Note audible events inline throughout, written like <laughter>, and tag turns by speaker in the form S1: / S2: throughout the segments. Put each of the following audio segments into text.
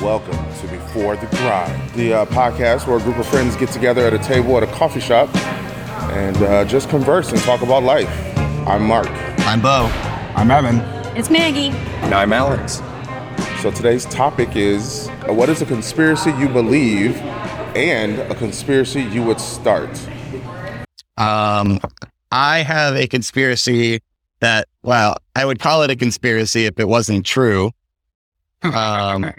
S1: Welcome to Before the Grind, the uh, podcast where a group of friends get together at a table at a coffee shop and uh, just converse and talk about life. I'm Mark.
S2: I'm Bo.
S3: I'm Evan.
S4: It's Maggie.
S2: And I'm Alex.
S1: So today's topic is uh, what is a conspiracy you believe and a conspiracy you would start?
S2: Um, I have a conspiracy that, well, I would call it a conspiracy if it wasn't
S3: <laughs>
S2: true. Um,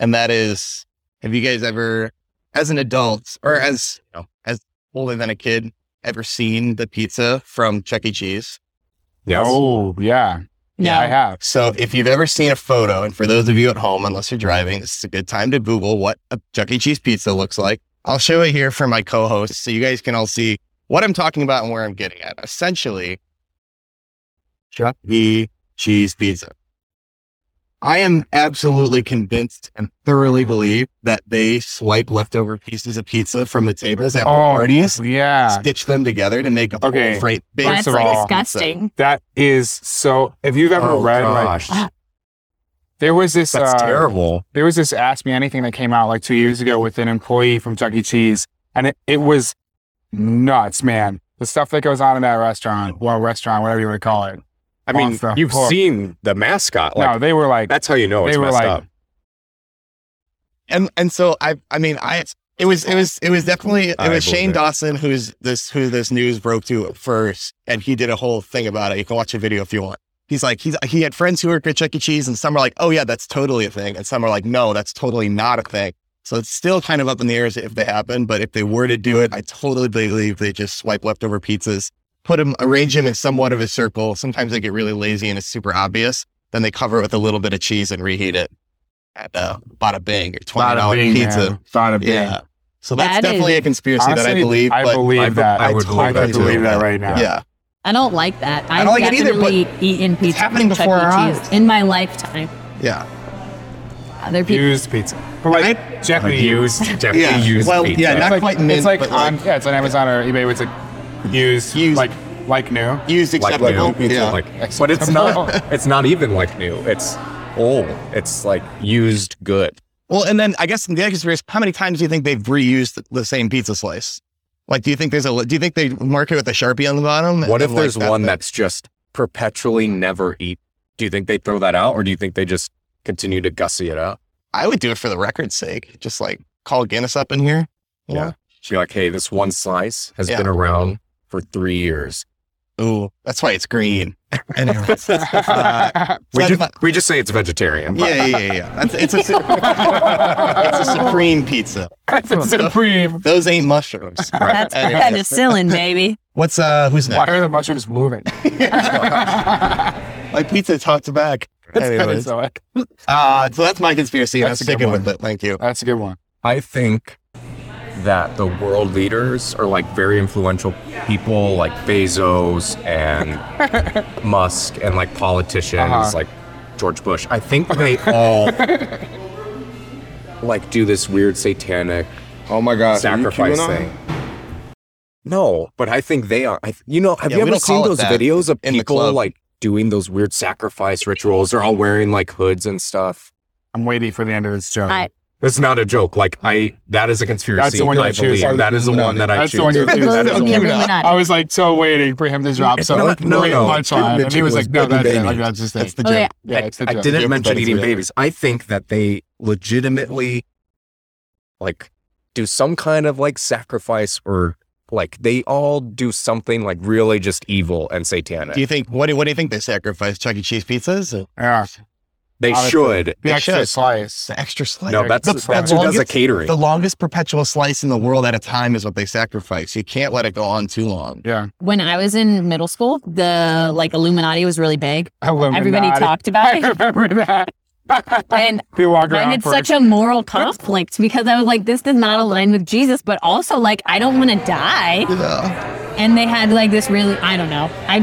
S2: and that is, have you guys ever, as an adult or as you know, as older than a kid, ever seen the pizza from Chuck E. Cheese?
S3: Yeah. Oh, yeah. Yeah, I have.
S2: So if you've ever seen a photo, and for those of you at home, unless you're driving, this is a good time to Google what a Chuck E. Cheese pizza looks like. I'll show it here for my co-hosts so you guys can all see what I'm talking about and where I'm getting at. Essentially, Chuck E. Cheese pizza. I am absolutely convinced and thoroughly believe that they swipe leftover pieces of pizza from the tables at
S3: Oh,
S2: parties,
S3: Yeah.
S2: stitch them together to make a
S3: Okay.
S2: whole freight big
S4: That's
S3: First of all-
S4: disgusting.
S3: That is so. If you've ever
S2: Oh,
S3: read, like,
S2: gosh,
S3: there was this,
S2: that's
S3: uh,
S2: terrible.
S3: there was this Ask Me Anything that came out like two years ago with an employee from Chuck E. Cheese, and it, it was nuts, man. The stuff that goes on in that restaurant, well, restaurant, whatever you want to call it.
S5: I mean,
S3: off the
S5: you've
S3: hook.
S5: seen the mascot. Like
S3: no, they were like,
S5: that's how you know it's
S3: they were
S5: messed
S3: like,
S5: up.
S2: and and so I I mean I it was it was it was definitely it
S5: I
S2: was Shane
S5: believe it.
S2: Dawson who's this who this news broke to at first, and he did a whole thing about it. You can watch the video if you want. He's like he's he had friends who worked at Chuck E. Cheese, and some are like, oh yeah, that's totally a thing, and some are like, no, that's totally not a thing. So it's still kind of up in the air as if they happen, but if they were to do it, I totally believe they just swipe leftover pizzas, put them, arrange them in somewhat of a circle. Sometimes they get really lazy and it's super obvious. Then they cover it with a little bit of cheese and reheat it at uh, bada bing or twenty
S3: thought of
S2: dollar
S3: being
S2: pizza.
S3: there, thought of being.
S2: Yeah. So that's
S4: That
S2: definitely
S4: is-
S2: a conspiracy that I
S3: Honestly,
S2: believe.
S3: I
S2: but
S3: believe
S5: I-
S3: that.
S5: I would
S3: totally
S5: believe that
S3: believe
S5: too.
S3: that right now.
S2: yeah.
S4: I don't like that. I've
S2: don't like it either,
S4: definitely eaten pizza
S2: happening
S4: from Chuck
S2: before our
S4: E. Cheese
S2: eyes.
S4: in my lifetime.
S2: Yeah.
S4: Other people.
S3: Used pizza. But like, Jeopardy used.
S5: <laughs> definitely used
S2: Well,
S5: pizza.
S2: yeah,
S3: It's
S2: not
S3: like,
S2: quite mint,
S3: It's like,
S2: but
S3: on,
S2: like
S3: yeah, it's on Amazon or eBay. It's like used,
S2: Used.
S3: like
S2: <laughs>
S3: like new.
S2: used
S5: like
S2: acceptable.
S5: new.
S2: yeah.
S5: Like, but it's not. It's not even like new. It's old. It's like used good.
S2: well, and then I guess in the other conspiracy, how many times do you think they've reused the, the same pizza slice? Like, do you think there's a? Do you think they mark it with a sharpie on the bottom?
S5: What
S2: and,
S5: if
S2: like,
S5: there's
S2: that
S5: one
S2: thing?
S5: that's just perpetually never eat? Do you think they throw that out, or do you think they just continue to gussy it up?
S2: I would do it for the record's sake. Just like call Guinness up in here. you know?
S5: Be like, hey, this one slice has
S2: Yeah.
S5: been around for three years.
S2: Ooh, that's why it's
S3: <laughs>
S2: green. <laughs> anyway.
S5: We
S2: Uh, That's
S5: just,
S2: my-
S5: we just say it's vegetarian. but-
S2: yeah, yeah, yeah, yeah. That's, it's a su- it's a supreme pizza.
S5: <laughs>
S3: Supreme.
S2: Those ain't
S3: <laughs>
S2: mushrooms. <laughs>
S4: That's
S2: Anyway.
S4: penicillin, baby.
S2: What's uh? Who's
S3: Why
S2: next?
S3: are the mushrooms moving?
S2: My pizza talked back. Anyways.
S3: That's, good,
S2: Uh, so that's my conspiracy. and I'm
S3: That's a good
S2: sticking
S3: one.
S2: with it. Thank you.
S3: that's a good one.
S5: I think that the world leaders are like very influential people like Bezos
S3: <laughs>
S5: and Musk and like politicians
S3: Uh-huh.
S5: like George Bush. I think they all like do this weird satanic
S1: Oh my gosh. are you
S5: sacrifice
S1: queuing on?
S5: thing. No, but I think they are. I, th- you know, have
S2: Yeah,
S5: you
S2: we
S5: ever
S2: don't call
S5: seen
S2: it
S5: those
S2: that
S5: videos of
S2: in the
S5: people
S2: club.
S5: like doing those weird sacrifice rituals? They're all wearing like hoods and stuff.
S3: I'm waiting for the end of this joke.
S4: I-
S5: That's not a joke. Like I, that is a conspiracy.
S3: That's the one
S5: I
S3: you choose.
S5: believe. That is the one <laughs> that I
S3: That's
S5: choose.
S3: the one you choose.
S4: Those
S3: That
S4: are
S3: is <laughs>
S4: the
S3: the one.
S4: Illuminati.
S3: I was like so waiting for him to drop some
S5: No, no,
S3: great
S5: no.
S3: punchline, and he was like, "No, that's it.
S5: Didn't
S3: Like, that's just
S2: That's
S3: it."
S2: the
S4: Okay.
S2: joke.
S3: Yeah, it's the
S5: I
S3: joke.
S5: didn't
S2: Yep,
S5: mention
S2: that's
S5: eating
S2: real.
S5: babies. I think that they legitimately like do some kind of like sacrifice or like they all do something like really just evil and satanic.
S2: Do you think what do what do you think they sacrificed? Chuck E. Cheese pizzas?
S3: Yeah,
S5: they
S3: Honestly.
S5: should.
S3: the
S2: They
S3: extra
S2: should.
S3: slice.
S2: The extra slice.
S5: No, that's
S2: the,
S5: that's
S2: the
S5: who does the
S2: longest,
S5: catering.
S2: the longest perpetual slice in the world at a time is what they sacrifice. You can't let it go on too long.
S3: Yeah,
S4: When I was in middle school, the like Illuminati was really big. Everybody
S3: Illuminati.
S4: talked about
S3: <laughs> I
S4: it,
S3: remember that.
S4: and
S3: we walk
S4: I
S3: around
S4: had
S3: for
S4: such a moral conflict because I was like, this does not align with Jesus, but also like I don't want to die.
S2: Yeah.
S4: And they had like this really, I don't know. I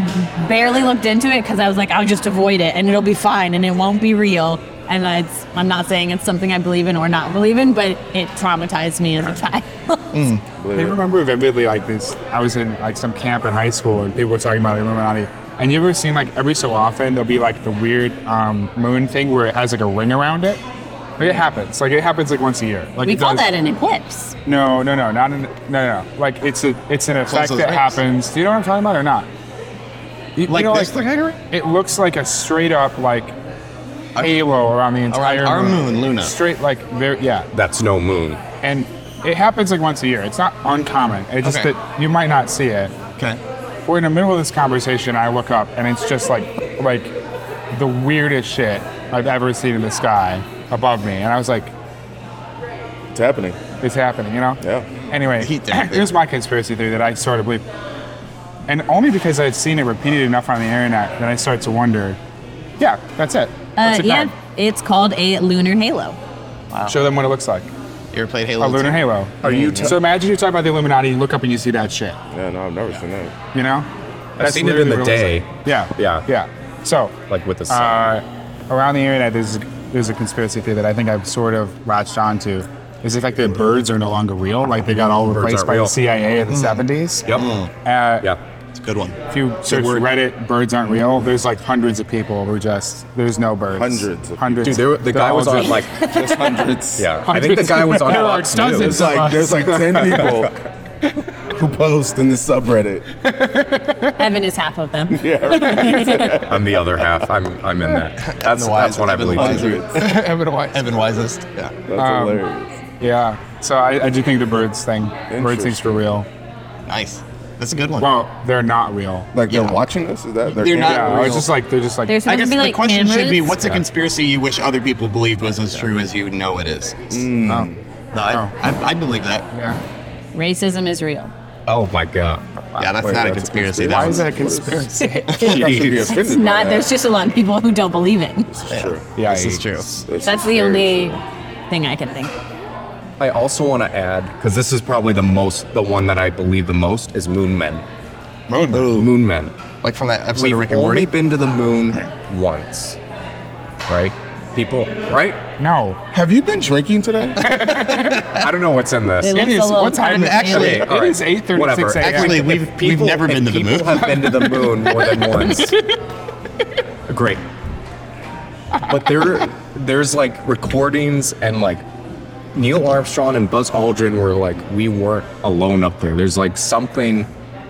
S4: barely looked into it because I was like, I'll just avoid it and it'll be fine and it won't be real. And it's, I'm not saying it's something I believe in or not believe in, but it traumatized me as a
S3: <laughs>
S4: child.
S3: I remember vividly like this. I was in like some camp in high school and people were talking about the Illuminati. And you ever seen like every so often there'll be like the weird um, moon thing where it has like a ring around it? Like, it happens. Like it happens like once a year. Like
S4: we
S3: it
S4: call
S3: does-
S4: that an eclipse. Uh,
S3: No, no, no, not in. No, no, no. Like it's a, it's an effect
S2: those
S3: that
S2: eyes.
S3: happens. Do you know what I'm talking about or not? You- you
S2: Like
S3: know,
S2: this thing, Henry?
S3: It looks like a straight up like halo around the entire
S2: our moon, Luna.
S3: Straight like very yeah,
S5: That's no moon.
S3: and it happens like once a year. It's not uncommon. It's just
S2: Okay.
S3: that you might not see it.
S2: Okay.
S3: We're in the middle of this conversation. I look up and it's just like like the weirdest shit I've ever seen in the sky above me, and I was like,
S1: It's happening.
S3: it's happening. You know.
S1: Yeah.
S3: Anyway,
S2: He did it.
S3: <clears throat> here's my conspiracy theory that I sort of believe. And only because I've seen it repeated enough on the internet that I start to wonder, yeah, that's it. That's
S4: Uh,
S3: it
S4: yeah,
S3: done.
S4: it's called a lunar
S3: <laughs>
S4: halo.
S3: Show them what it looks like.
S2: You ever played Halo?
S3: A
S5: Oh,
S3: lunar
S2: 2?
S3: halo.
S1: Are you t-
S3: so imagine you're talking about the Illuminati, you look up and you see that shit,
S1: Yeah, no, I've never seen that.
S3: you know? That's
S5: seen it in
S3: literally
S5: the
S3: what looks
S5: day.
S3: like. Yeah.
S5: Yeah.
S3: Yeah. So,
S5: Like with the sun.
S3: uh, around the internet, there's, there's a conspiracy theory that I think I've sort of latched onto. Is it like the birds are no longer real? Like they got all replaced
S5: aren't
S3: by
S5: real. Hmm.
S3: the CIA in the 70s?
S5: yep.
S3: Uh,
S5: Yeah.
S2: It's a good one.
S3: If you search
S5: word.
S3: Reddit, birds aren't real. There's like hundreds of people who just there's no birds.
S1: Hundreds of-
S3: hundreds.
S5: Dude, there, the
S3: They're
S5: guy
S3: all
S5: was on
S3: just-
S5: like
S1: Just
S2: <laughs>
S1: hundreds.
S5: yeah. I think the guy was on
S3: There are
S5: Fox
S3: dozens. uh,
S5: News.
S1: It's like there's like ten people who post in the subreddit.
S4: Evan is half of them.
S5: I'm the other half. I'm I'm
S3: <laughs>
S5: in that. That's
S2: Wise-
S5: that's what I
S2: Evan
S5: believe. too.
S1: Hundreds. That's
S3: Evan White.
S2: Evan Wisest. Yeah.
S1: Um, hilarious.
S3: Yeah. So I, I do think the birds thing. Birds things for real.
S2: Nice. That's a good one.
S3: Well, they're not real.
S1: Like
S2: yeah.
S1: they're watching this? Is that their
S2: They're not-
S1: camera?
S3: Yeah. It's
S2: real.
S3: just like they're just like.
S4: There's
S2: I guess
S4: supposed to be
S2: the
S4: like
S2: question should be,
S4: cameras.
S2: what's a conspiracy you wish other people believed was as true as you know it is?
S3: Oh,
S2: No, I,
S3: Oh.
S2: I, I believe that.
S3: yeah.
S4: Racism is
S3: <laughs>
S4: real.
S5: Oh my god.
S2: Yeah, that's
S1: Wait,
S2: not
S1: that's
S2: a
S1: a conspiracy.
S2: conspiracy. That
S3: Why
S2: was-
S3: is that a conspiracy?
S1: I should be
S5: Jeez.
S1: offended
S4: It's
S1: by
S4: not.
S1: that.
S4: There's just a lot of people who don't believe it.
S1: It's true.
S3: yeah.
S2: This is true.
S1: It's
S4: That's the
S1: very
S4: only
S1: true.
S4: thing I can think. of.
S5: I also want to add because this is probably the most the one that I believe the most is moon men.
S2: Moon.
S5: Moon men.
S2: Like from that episode
S5: We've
S2: of Rick and
S5: only
S2: Morty.
S5: been to the moon once, right? People, right?
S3: No.
S1: Have you been drinking today?
S5: I don't know what's in this.
S4: It looks
S3: is-
S4: a little
S3: what time
S4: kind of
S3: is it?
S4: alien.
S5: Okay,
S3: It
S5: all
S3: is 8:36
S5: Whatever.
S3: a.m.
S2: Actually, we've-
S5: if
S2: we've never been to the
S5: if
S2: moon.
S5: People have been to the moon more
S2: <laughs>
S5: than once. Great. But there, there's like recordings and like Neil Armstrong and Buzz Aldrin were like, we weren't alone up there. There's like something.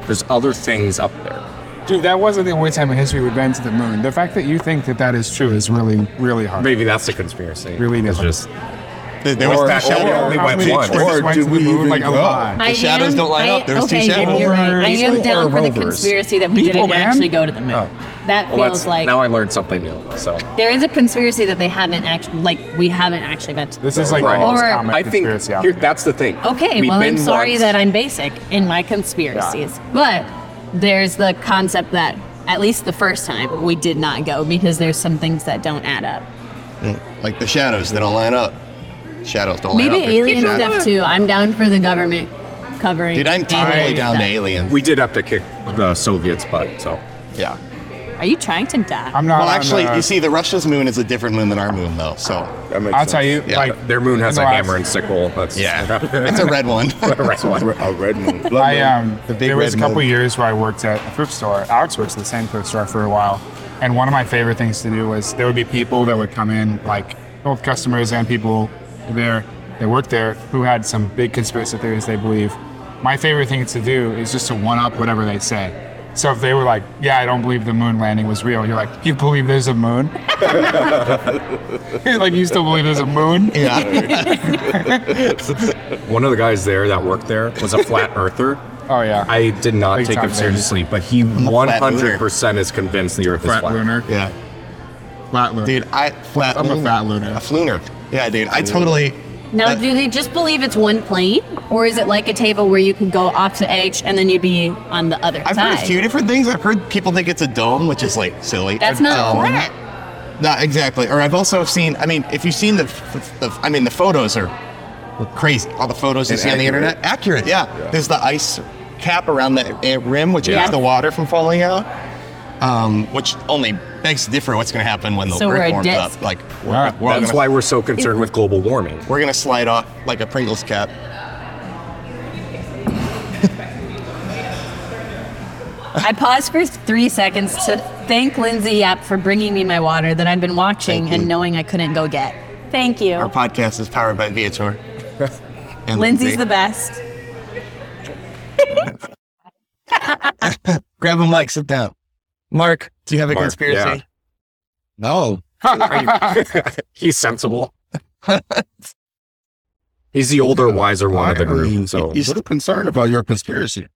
S5: There's other things up there.
S3: Dude, that wasn't the only time in history we've been to the moon. The fact that you think that that is true is really, really hard.
S5: Maybe that's a conspiracy.
S3: Really
S5: it's
S3: different.
S5: just
S2: There- There was
S5: Or-
S2: that
S5: or-
S2: shadow.
S5: only
S3: How
S5: went
S3: many
S5: once.
S3: trips
S1: Or
S3: went
S1: do
S3: to the
S1: we
S3: moon,
S1: even
S3: like a
S1: go?
S3: lot.
S4: I
S2: shadows
S4: am-
S2: don't line
S4: I-
S2: up. There was two
S4: okay,
S2: shadows.
S4: You're right. I
S5: People
S4: am
S5: or
S4: down for the
S5: rovers?
S4: conspiracy that we
S3: People,
S4: didn't
S3: man.
S4: actually go to the moon. That
S5: well, that's-
S4: feels like
S5: now I learned something new. So
S4: there is a conspiracy that they haven't actually, like we haven't actually been to.
S3: This is like
S5: Right.
S3: the most
S4: Or-
S3: common
S5: I think
S3: conspiracy out
S5: here,
S3: there.
S5: that's the thing.
S4: Okay,
S5: We've
S4: well, I'm
S5: been
S4: sorry
S5: once.
S4: that I'm basic in my conspiracies, but there's the concept that at least the first time we did not go because there's some things that don't add up.
S2: Like the shadows that don't line up. Shadows don't
S4: Maybe
S2: line up. There's
S4: alien
S2: shadows.
S4: stuff too. I'm down for the government covering.
S2: Dude, I'm totally
S4: alien
S2: down to
S4: stuff.
S2: aliens.
S5: We did have to kick the Soviets' butt, so
S2: yeah.
S4: Are you trying to die?
S3: I'm not.
S2: Well,
S3: on
S2: actually,
S3: the-
S2: you see, the Russia's moon is a different moon than our moon, though. So,
S1: That makes
S3: I'll
S1: sense.
S3: tell you,
S2: Yeah.
S3: like
S5: their moon has
S3: in
S5: a
S3: the last-
S5: hammer and sickle. That's
S2: yeah, <laughs> it's a red one.
S5: right one.
S1: A red moon. Blood
S3: I
S1: moon.
S3: um,
S2: The big
S3: there was
S2: red
S3: a couple
S2: moon.
S3: years where I worked at a thrift store. Alex worked at the same thrift store for a while, and one of my favorite things to do was there would be people that would come in, like both customers and people there. They worked there who had some big conspiracy theories they believe. My favorite thing to do is just to one up whatever they say. So if they were like, "Yeah, I don't believe the moon landing was real," you're like, "You believe there's a moon?" <laughs> like you still believe there's a moon?
S2: yeah,
S5: One of the guys there that worked there was
S2: <laughs>
S5: a flat earther.
S3: Oh yeah.
S5: I did not
S3: Big
S5: take
S3: time
S5: him
S3: baby.
S5: seriously, but he one
S2: flat
S5: hundred percent is convinced the Earth is
S3: flat
S5: flat.
S3: lunar.
S2: yeah.
S3: Flat lunar.
S2: Dude, I flat.
S3: I'm a
S2: lunar.
S3: fat lunar.
S2: A lunar. Yeah, dude. I totally.
S4: Now,
S2: that-
S4: do they just believe it's one plane, or is it like a table where you can go off the edge and then you'd be on the other
S2: I've
S4: side?
S2: heard a few different things. I've heard people think it's a dome, which is like silly. Um,
S4: That's
S2: A
S4: not
S2: dome.
S4: flat.
S2: Not exactly. Or I've also seen. I mean, if you've seen the, the, the- I mean, the photos are crazy. All the photos you
S1: And
S2: see on the
S1: accurate.
S2: internet, accurate. Yeah.
S1: Yeah.
S2: There's the ice cap around the uh, rim, which
S4: Yeah.
S2: keeps the water from falling out. Um, which only begs to differ what's going to happen when the
S4: So we're
S2: Earth
S4: a
S2: warms
S4: disc.
S2: up. Like we're,
S3: Yeah.
S2: we're all
S5: That's
S2: gonna,
S5: why we're so concerned with global warming.
S2: we're going to slide off like a Pringles cap.
S4: I paused for three seconds to thank Lindsay Yap for bringing me my water that I'd been watching
S2: Thank you.
S4: and knowing I couldn't go get. Thank you.
S2: Our podcast is powered by Viator.
S4: <laughs>
S2: And Lindsay.
S4: Lindsay's the best.
S2: Grab a mic, sit down. Mark, do you have a
S5: Mark,
S2: conspiracy?
S5: yeah.
S2: No. <laughs>
S5: He's sensible. He's the older, wiser one of the group. So
S6: He's still concerned about your conspiracy.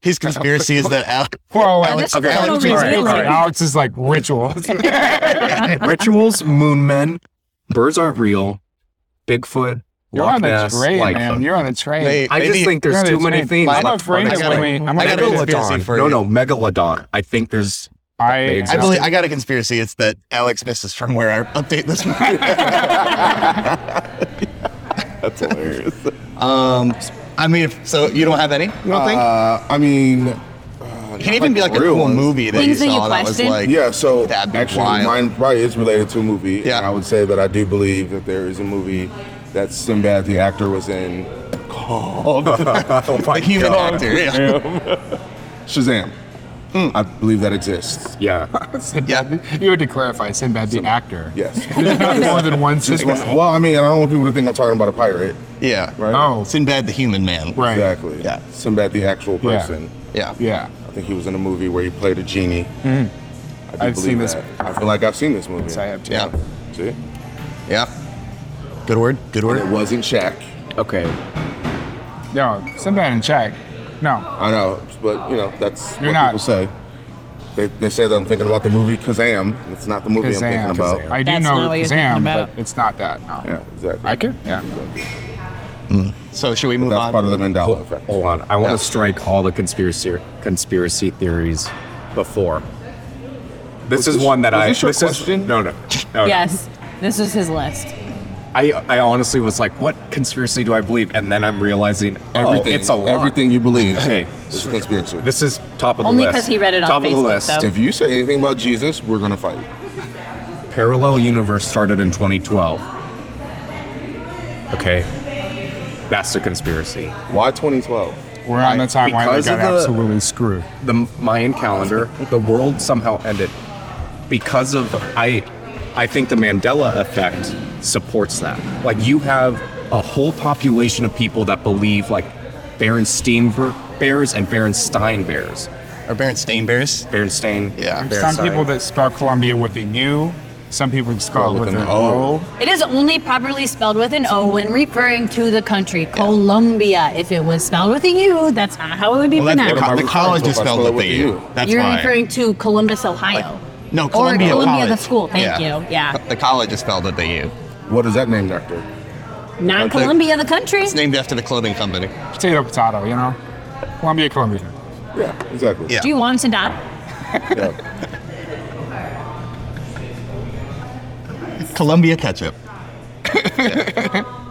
S2: His conspiracy is
S4: <laughs>
S2: that Al-
S3: Whoa,
S4: Oh,
S3: Alex.
S4: this is
S2: okay,
S4: total
S2: Alex, all right,
S4: revealing.
S5: all right.
S3: Alex is like rituals. <laughs>
S5: rituals, moon men, birds aren't real, Bigfoot,
S3: You're
S5: Loch
S3: on the
S5: Ness,
S3: train,
S5: like-
S3: man. You're on the train.
S2: They-
S5: I just
S2: Maybe-
S5: think
S3: You're
S5: there's
S3: on
S5: too
S3: the
S5: many
S3: train.
S5: things.
S3: I'm
S5: left
S3: afraid
S5: unexplored.
S3: of when we. I'm afraid of
S2: gotta- conspiracy
S5: Megalodon.
S2: for
S5: No,
S2: you.
S5: no, Megalodon. I think there's.
S3: I,
S2: I
S5: Yeah.
S2: believe I got a conspiracy. It's that Alex misses from where our update this morning.
S1: That's hilarious.
S2: Um, <laughs> I mean, if, so you don't have any? You don't think?
S6: Uh, I mean,
S2: It can even be like a
S1: real
S2: cool
S1: ones.
S2: movie that
S4: Things
S2: you
S4: that you
S2: saw that was
S4: question.
S2: like,
S1: Yeah, so
S2: That'd be
S1: actually,
S2: wild.
S1: mine probably is related to a movie.
S2: Yeah.
S1: And I would say that I do believe that there is a movie that Sinbad the actor was in called
S5: Oh
S2: the
S5: my
S2: human
S5: God.
S2: actor. Yeah.
S1: Shazam. I believe that exists. <laughs>
S5: Yeah.
S2: Yeah.
S3: you had to clarify. Sinbad the actor.
S1: Yes.
S3: More than one Sinbad.
S1: well, I mean, I don't want people to think I'm talking about a pirate.
S2: yeah.
S1: Right.
S3: Oh,
S2: Sinbad the human man.
S3: right.
S1: Exactly.
S2: Yeah.
S1: Sinbad the actual
S3: Yeah.
S1: person.
S2: Yeah.
S3: Yeah.
S1: I think he was in a movie where he played a genie. I do
S3: Mm. I've
S1: believe
S3: seen this.
S1: that. I feel like I've seen this movie.
S3: So I have to.
S2: Yeah.
S1: See?
S2: Yeah. Good word. Good
S1: But it
S2: word.
S1: wasn't Shaq.
S5: Okay.
S3: No, Sinbad and Shaq. No.
S1: I know, but you know that's
S3: You're
S1: what
S3: not.
S1: people say. They, they say that I'm thinking about the movie Kazam. It's not the movie I'm
S3: Kazam.
S1: thinking about.
S3: I do
S4: That's
S3: know
S4: not what you're thinking
S3: Kazam,
S4: about.
S3: but it's not that. No.
S1: Yeah, exactly.
S3: I can. Yeah.
S2: So should we move
S1: That's
S2: on?
S1: part of the Mandela
S5: Hold,
S1: effect.
S3: oh,
S5: hold on. I want
S2: Yeah.
S5: to strike all the conspiracy conspiracy theories before. This
S1: Was
S5: is
S1: this-
S5: one that
S1: was
S5: I.
S1: this your
S5: this is
S1: question?
S5: no, no, no. no.
S4: Yes, this is his list.
S5: I, I honestly was like, what conspiracy do I believe? And then I'm realizing oh,
S1: Everything.
S5: it's a lot.
S1: Everything you believe.
S5: Okay.
S1: It's a conspiracy.
S5: This is top of the
S4: Only
S5: list.
S4: 'cause he read it on
S5: top of
S4: Facebook,
S5: the list.
S4: though.
S1: if you say anything about Jesus, we're gonna fight.
S5: Parallel universe started in 2012. Okay. That's a conspiracy.
S1: Why 2012?
S3: We're on the timeline that
S5: Because
S3: got
S5: of the-
S3: absolutely screwed.
S5: The Mayan calendar, the world somehow ended because of I I think the Mandela effect supports that. Like you have a whole population of people that believe like Berenstain bears and Berenstein bears.
S2: Or Baron Steinbears.
S5: Berenstain.
S2: Yeah.
S5: bear
S3: Some
S5: sign.
S3: people that spell Columbia with an U. Some people spell it with an O.
S4: It is only properly spelled with an O when referring to the country, Colombia. If it was spelled with a U, that's not how it would be
S2: Well, that's
S4: pronounced.
S2: the, co- the college is
S1: If I
S2: spelled
S1: spell it
S2: with the
S1: with
S2: U.
S1: you.
S2: That's
S4: You're
S2: why.
S4: referring to Columbus, Ohio.
S2: no,
S4: or
S2: Columbia
S4: Columbia the
S2: College.
S4: school. Thank you. Yeah.
S2: The college is spelled with the U.
S1: What is that named after?
S4: Not
S2: But the-
S4: Columbia, the country.
S2: It's named after the clothing company.
S3: Potato, potato. You know. Columbia, Columbia.
S1: Yeah, exactly.
S2: Yeah.
S4: Do you want to die?
S1: Yeah.
S2: Columbia ketchup.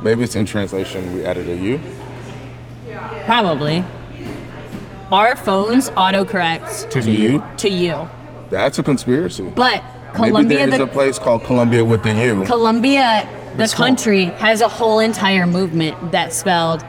S1: Maybe it's in translation. We added a U.
S4: Probably. Our phones autocorrect
S3: To the
S1: U.
S4: to you,
S1: That's a conspiracy.
S4: but
S1: Maybe
S4: Columbia,
S1: there is a
S4: the
S1: place called Columbia with the U.
S4: Columbia, the
S3: called-
S4: country has a whole entire movement that's spelled.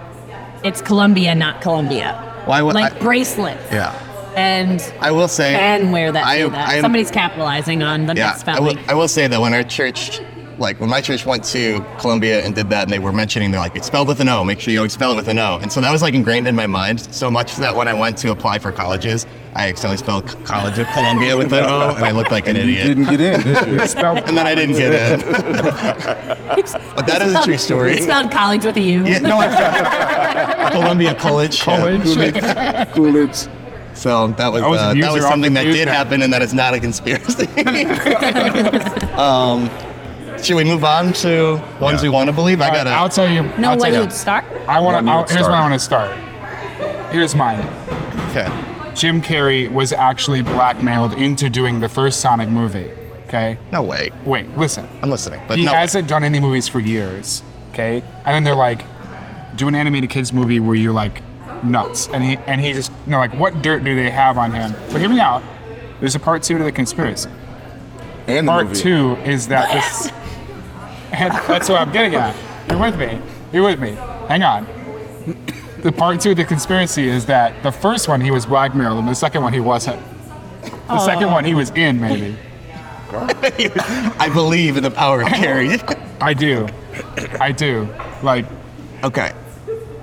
S4: It's Columbia, not Columbia.
S2: Why would
S4: like
S2: I-
S4: bracelets
S2: Yeah.
S4: and
S2: I will say.
S4: and wear that.
S2: I-
S4: do that.
S2: I am-
S4: Somebody's capitalizing on the
S2: Yeah,
S4: next
S2: I
S4: family.
S2: will, I will say that when our church, like when my church went to Columbia and did that, and they were mentioning they're like it's spelled with an O. Make sure you always spell it with an O. And so that was like ingrained in my mind so much that when I went to apply for colleges, I accidentally spelled C- College of Columbia with an O, <laughs> and I looked like an idiot.
S1: Didn't get in, did you?
S3: Spell
S2: And then I didn't get <laughs> in. but that is a true story.
S4: <laughs> It's spelled college with a U.
S2: Yeah, no, I- Columbia College. yeah.
S1: Coolidge.
S2: So that was
S3: That was
S2: uh,
S3: abuse
S2: that was
S3: or
S2: something that
S3: abuse
S2: did
S3: now.
S2: happen, and that is not a conspiracy. um, should we move on to ones we want to believe? I got
S3: I'll
S2: to
S3: tell you.
S4: No
S3: I'll
S4: way
S3: tell
S4: you
S3: you.
S4: would start.
S3: I want
S5: One
S3: to.
S5: minute
S3: Here's
S5: start.
S3: where I want to start. Here's mine.
S2: Okay.
S3: Jim Carrey was actually blackmailed into doing the first Sonic movie. Okay.
S2: No way.
S3: Wait, listen.
S2: I'm listening, but
S3: he
S2: no.
S3: hasn't done any movies for years. Okay. And then they're like, do an animated kids movie where you're like nuts. And he and he just you know like what dirt do they have on him? But hear me out. There's a part two to the conspiracy.
S1: And the
S3: Part
S1: movie.
S3: two is that this. <laughs> and that's what I'm getting at. You're with me. You're with me. Hang on. The part two of the conspiracy is that the first one he was blackmailed, and the second one he wasn't. The second one he was in, maybe. <laughs>
S2: I believe in the power of Carrie.
S3: I do. I do. Like
S2: Okay.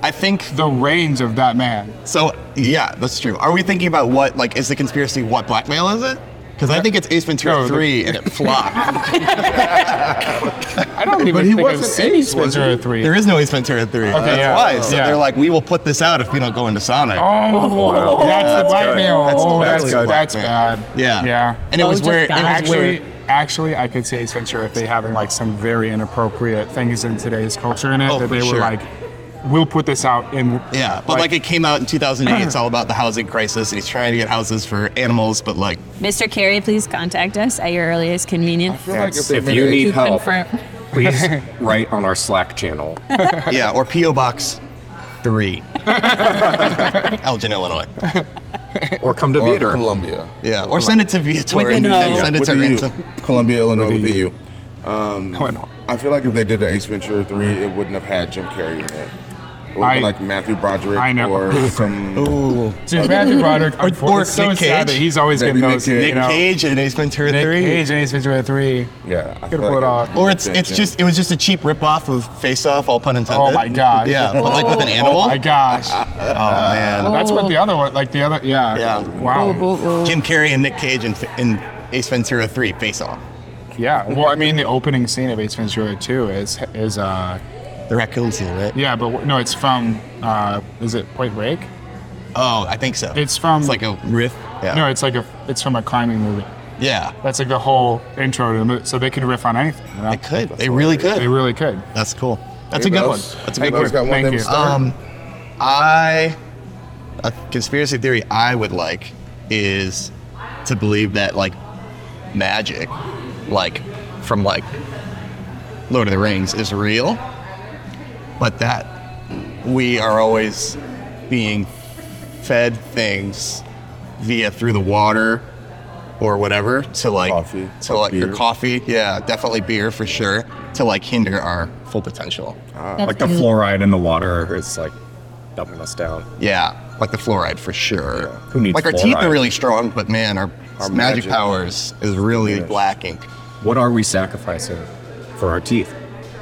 S2: I think
S3: the range of that man.
S2: so. Yeah, that's true. Are we thinking about what like is the conspiracy? What blackmail is it? Because I think it's Ace Ventura
S3: No, the-
S2: three and it
S3: <laughs>
S2: flopped.
S3: I don't even
S6: he
S3: think I've
S6: wasn't
S3: seen
S6: Ace, was
S3: Ventura 3.
S2: there is no Ace Ventura three. Okay, that's
S3: yeah.
S2: why. So
S3: Yeah.
S2: they're like, we will put this out if we don't go into Sonic.
S3: Oh, that's the blackmail.
S2: That's-
S3: oh,
S2: that's
S3: that's,
S2: good.
S3: that's
S2: Blackmail.
S3: bad.
S2: Yeah.
S3: Yeah.
S2: And it
S4: Oh,
S2: was
S4: just
S2: where it was
S4: guys.
S2: where
S3: actually, actually, I could see Ace Ventura if they having like some very inappropriate things in today's culture in it
S2: Oh,
S3: that
S2: for
S3: they
S2: sure.
S3: were like, we'll put this out in.
S2: Yeah, but
S3: <laughs>
S2: like, it came out in 2008. <clears throat> it's all about the housing crisis, and he's trying to get houses for animals, but like,
S4: Mr. Carey, please contact us at your earliest convenience.
S1: I feel like if, they
S5: if
S1: made
S5: you
S1: it-
S5: need help,
S4: confirm.
S5: <laughs> please write on our Slack channel.
S2: <laughs> yeah, or PO Box <laughs> three, Elgin, Illinois.
S5: Or come to
S6: Or
S5: theater.
S6: Columbia.
S2: Yeah, or send it to Viator.
S4: With an O.
S2: Send it
S1: With
S2: to
S1: a U.
S2: Ransom.
S6: Columbia, Illinois with the U.
S3: Going on.
S1: I feel like if they did the Ace Ventura 3, it wouldn't have had Jim Carrey in it. It would have
S3: I-
S1: been like Matthew Broderick
S3: I know.
S1: or some.
S3: Dude, Matthew Broderick,
S2: or
S3: it's so
S2: Nick
S3: sad
S2: Cage.
S3: that he's always
S1: Maybe
S3: getting
S1: Nick
S3: those.
S1: Cage.
S2: Nick
S3: you know,
S2: Cage and Ace Ventura
S3: Nick
S2: three.
S3: Cage and Ace Ventura 3.
S1: Yeah. I
S3: Could
S1: feel
S3: pull it off.
S1: would've
S2: Or it's
S1: been
S2: it's
S1: Jim.
S2: just it was just a cheap ripoff of Face Off, all pun intended.
S3: Oh my God.
S2: Yeah, but like with an animal.
S3: Oh my gosh.
S2: Oh, man,
S3: That's what the other one, like the other, yeah.
S2: Yeah.
S3: Wow.
S2: Jim Carrey and Nick Cage in, in Ace Ventura three, Face Off.
S3: Yeah. Well, I mean, the opening scene of Ace Ventura 2 is, is uh,
S2: The raccoon scene, right?
S3: yeah, but w- no, it's from, uh, is it Point Break?
S2: Oh, I think so.
S3: It's from-
S2: It's like a riff. Yeah.
S3: No, it's like a, it's from a climbing movie.
S2: yeah.
S3: That's like the whole intro to the movie. So they could riff on anything. You know?
S2: They could. They really could.
S3: They really could.
S2: That's cool. That's
S1: Anybody
S2: a good one.
S1: else?
S2: That's a good
S1: Anybody else
S2: one.
S1: got one
S3: Thank
S1: of them
S3: you.
S1: stories?
S2: Um, I a conspiracy theory I would like is to believe that like magic, like from like Lord of the Rings, is real, but that we are always being fed things via through the water or whatever to like
S1: Coffee,
S2: to like
S1: beer.
S2: your coffee yeah definitely beer for sure to like hinder our full potential
S5: like the fluoride in the water is like dumping us down.
S2: Yeah, like the fluoride for sure.
S5: Who needs
S2: like our teeth are
S5: fluoride?
S2: really strong, but man, our,
S1: Our
S2: magic,
S1: magic.
S2: powers is really
S1: Yes.
S2: lacking.
S5: What are we sacrificing for our teeth?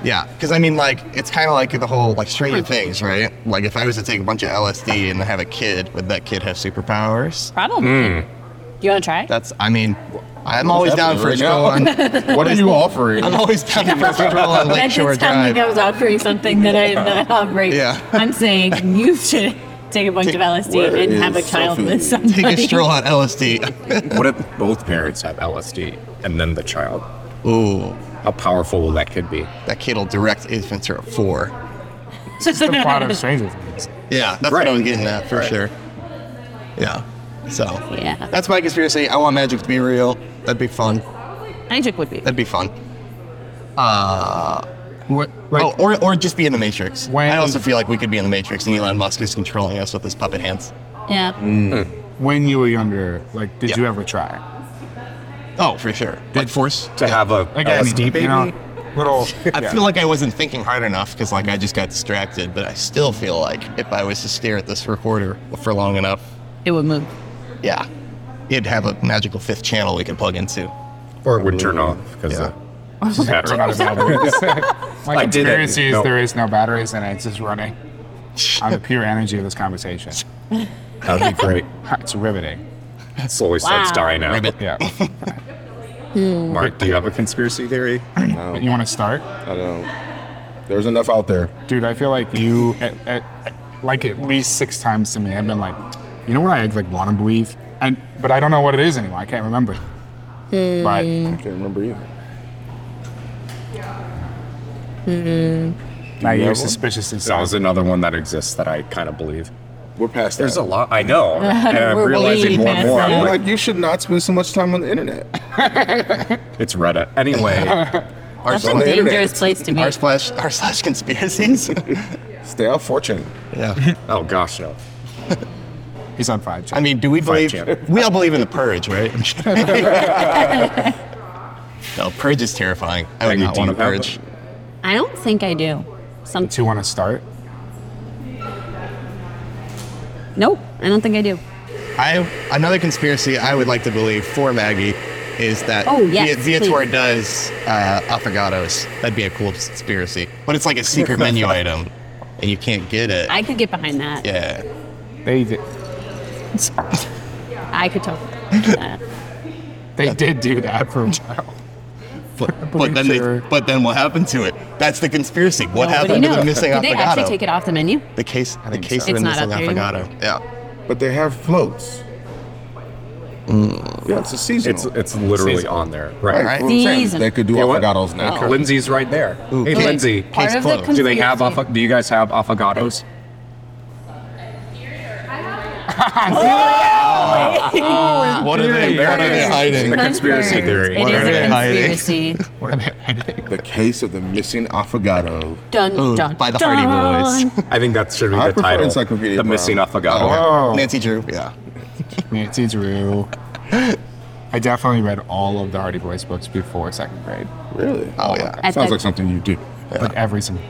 S2: Yeah, because I mean, like it's kind of like the whole like Stranger Things, right? Like if I was to take a bunch of LSD and have a kid, would that kid have superpowers?
S4: Probably.
S3: Hmm.
S4: You want to try?
S2: That's I mean, I'm always down for a
S6: happening
S2: stroll.
S6: right
S2: on-
S6: What are you offering?
S2: I'm always down for a stroll on Lakeshore
S4: Every time
S2: Drive.
S4: he goes out for something that I that I'm right.
S2: Yeah.
S4: I'm saying you <laughs> should take a bunch of
S1: where
S4: LSD and
S1: is
S4: have a child
S1: Sophie?
S4: with somebody.
S2: Take a
S4: <laughs>
S2: stroll on LSD.
S5: What if both parents have LSD and then the child?
S2: <laughs> Ooh,
S5: How powerful will that kid be?
S2: that kid will direct Ace Ventura four.
S3: It's the
S4: <laughs>
S3: plot of Stranger Things.
S2: Yeah, that's what
S5: Right.
S2: I was getting at for
S5: Right.
S2: sure. Yeah. So
S4: Yeah.
S2: that's my conspiracy. I want magic to be real. That'd be fun.
S4: Magic would be.
S2: That'd be fun.
S3: What, like,
S2: oh, or, or just be in the Matrix.
S3: When-
S2: I also feel like we could be in the Matrix and Elon Musk is controlling us with his puppet hands.
S4: Yeah.
S3: when you were younger, like, did
S2: Yeah.
S3: you ever try?
S2: Oh, for sure. Like force.
S5: To have a
S3: Again,
S5: LSD baby?
S3: you know, little.
S2: I
S3: yeah.
S2: feel like I wasn't thinking hard enough because like I just got distracted, but I still feel like if I was to stare at this recorder for long enough,
S4: It would move.
S2: yeah, it'd have a magical fifth channel we could plug into.
S5: or it would turn off
S4: <laughs>
S5: because
S2: Yeah.
S5: the battery.
S3: Not a battery. My
S5: I did it.
S3: conspiracy is
S5: No.
S3: there is no batteries and it's just running. on the pure energy of this conversation.
S5: That'd be great.
S3: It's riveting.
S5: It slowly starts
S4: Wow. Hmm.
S5: dying out.
S2: Ribbit.
S3: Yeah.
S5: Mark, do you have a conspiracy theory?
S2: Oh.
S3: you want to start?
S1: I don't.
S6: There's enough out there.
S3: Dude, I feel like you, at, at, like at least six times to me, have been like, you know what I like want to believe, and but I don't know what it is anymore. I can't remember. But
S1: I can't remember either.
S3: now
S1: have
S3: you're
S1: one?
S3: suspiciously
S5: That was
S3: silent.
S5: another one that exists that I kind of believe.
S1: We're past
S5: There's
S1: that.
S5: a lot. I know. And
S4: <laughs>
S5: I'm
S4: We're way
S5: realizing more and
S4: past
S5: more. I'm
S4: that.
S5: like,
S6: Like you should not spend so much time on the internet.
S5: It's Reddit.
S4: <laughs>
S5: Anyway,
S4: That's a
S1: on the
S4: dangerous
S1: internet.
S4: place to be.
S2: R slash R slash <laughs> conspiracies.
S6: Stay out fortune.
S2: yeah.
S5: oh gosh, no.
S3: He's on five.
S2: I mean, do we believe
S5: Janet.
S2: we all believe in the purge, right? <laughs> no, purge is terrifying. I would
S5: Maggie,
S2: not
S5: do
S2: want to
S5: you have
S2: purge.
S4: I don't think I do. Some.
S3: Do you want to start?
S4: Nope. I don't think I do.
S2: I another conspiracy I would like to believe for Maggie is that
S4: Oh, yes,
S2: Via-
S4: please.
S2: Viator does uh, affogatos. That'd be a cool conspiracy. But it's like a secret menu item, and you can't get it.
S4: I could get behind that.
S2: <laughs> yeah.
S3: They did,
S4: I could totally get behind that.
S3: they did do that for a while.
S2: But, but then they,
S3: Sure.
S2: but then what happened to it? That's the conspiracy. What
S4: Nobody
S2: happened to the
S4: knows.
S2: missing
S4: Did they actually
S2: affogato?
S4: take it off the menu?
S2: The case, the
S5: think
S2: case
S5: so.
S2: of the
S4: It's not
S2: missing
S4: up there anymore.
S2: affogato. Yeah.
S1: But they have floats. Yeah, it's a seasonal.
S5: It's it's literally
S3: Season.
S5: on there,
S1: Right,
S5: right?
S1: that's what I'm saying.
S4: Seasonal.
S1: They could do
S5: You know what?
S1: avocados now.
S4: Oh.
S5: Lindsay's right there. hey,
S2: Okay.
S5: Lindsay,
S4: Part
S2: Case
S4: of the
S2: closed.
S5: do they have
S4: conspiracy-
S5: affa- Do you guys have affogatos?
S2: What are they?
S5: there
S2: What are
S5: it
S2: they
S5: is.
S2: hiding?
S5: The conspiracy theory.
S4: It
S2: What
S4: is
S2: are they
S4: a
S2: hiding?
S4: conspiracy.
S3: What are they hiding?
S1: The case of the missing affogato.
S4: Dun,
S2: Ooh,
S4: dun,
S2: by the
S4: dun.
S2: Hardy Boys.
S5: I think that should be
S1: I
S5: the
S1: prefer
S5: title.
S1: Encyclopedia
S5: the
S1: Brown.
S5: missing affogato.
S3: Oh,
S2: Nancy Drew. Yeah.
S3: Nancy Drew. I definitely read all of the Hardy Boys books before second grade,
S1: Really?
S2: Oh yeah.
S4: At
S1: Sounds
S4: the-
S1: like something you do.
S3: like every single.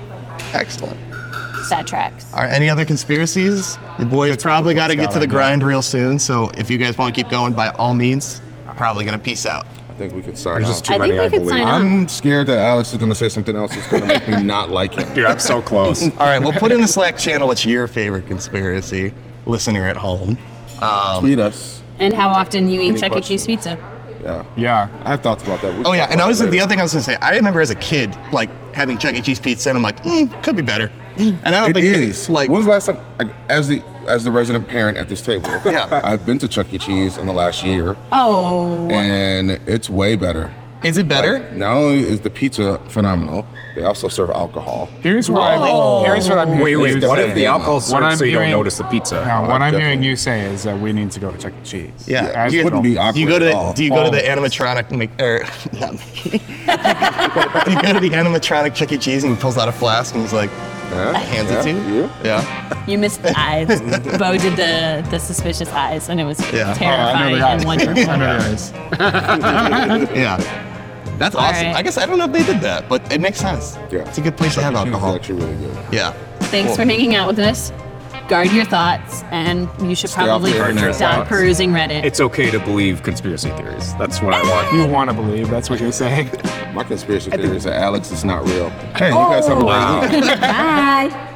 S2: Excellent.
S4: That tracks.
S2: Are any other conspiracies? Your boy has probably got to get to the grind real soon. So if you guys want to keep going, by all means, probably gonna peace out.
S1: I think we could sign
S5: There's
S1: off.
S5: just too
S4: I think
S5: many,
S4: we
S5: I
S4: could
S5: believe.
S4: sign up.
S1: I'm scared that Alex is going to say something else that's going to make
S2: <laughs>
S1: me not like him.
S5: Dude, I'm
S1: <laughs>
S5: so close.
S2: All right, we'll put in the Slack channel what's your favorite conspiracy, listener at home. Um,
S1: Tweet us.
S4: And how often you eat
S1: Any
S4: Chuck E.
S1: questions?
S4: Cheese pizza?
S1: Yeah.
S3: Yeah.
S1: I have thoughts about that. We
S2: oh
S1: can
S2: yeah,
S1: talk
S2: and I
S1: about
S2: was
S1: it
S2: the
S1: later.
S2: other thing I was gonna say. I remember as a kid, like having Chuck E. Cheese pizza, and I'm like, mm, could be better. And I don't
S1: It
S2: think
S1: is.
S2: like
S1: Like, when was the last time, like, as the as the resident parent at this table,
S2: <laughs> Yeah.
S1: I've been to Chuck E. Cheese in the last year,
S4: Oh,
S1: and it's way better.
S2: is it better?
S1: Not only is the pizza phenomenal, they also serve alcohol.
S3: Here's what
S1: Oh.
S3: I'm. Here's what I'm.
S5: Wait, wait.
S1: It's
S5: What if
S1: definitely
S5: the
S1: not.
S5: alcohol
S3: What I'm
S5: serves so you don't
S3: hearing-
S5: notice the pizza?
S3: Now, what I'm hearing
S1: Definitely.
S3: you say is that we need to go to Chuck E. Cheese.
S2: Yeah.
S3: As
S2: You-
S1: Wouldn't be awkward
S2: Do you go to
S1: at
S2: the,
S1: all.
S2: do you go to the animatronic make or <laughs> not make- do <laughs> you go to the animatronic Chuck E. Cheese and he pulls out a flask and he's like
S1: Huh?
S2: hands
S1: Yeah,
S2: it to you?
S1: yeah.
S2: Yeah.
S4: you missed the eyes. Bo did the, the suspicious eyes, and it was
S2: Yeah.
S3: Oh, I know
S4: terrifying
S3: the
S4: and
S3: guys. <laughs> I
S4: wonderful.
S3: know the guys.
S2: Yeah. That's awesome.
S4: right.
S2: I guess I don't know if they did that, but it makes sense.
S1: Yeah.
S2: It's a good place to have
S1: Chuck E. Cheese is
S2: alcohol.
S1: actually really good.
S2: Yeah.
S4: Thanks
S2: Cool.
S4: for hanging out with us. Guard your thoughts, and you should
S1: off
S4: probably
S1: the internet.
S4: stop perusing Reddit.
S5: It's okay to believe conspiracy theories. That's what I want.
S3: You want to believe that's what you're saying.
S2: Oh,
S1: My conspiracy theory is that Alex is not real. Hey, you guys have a great week.
S4: Bye.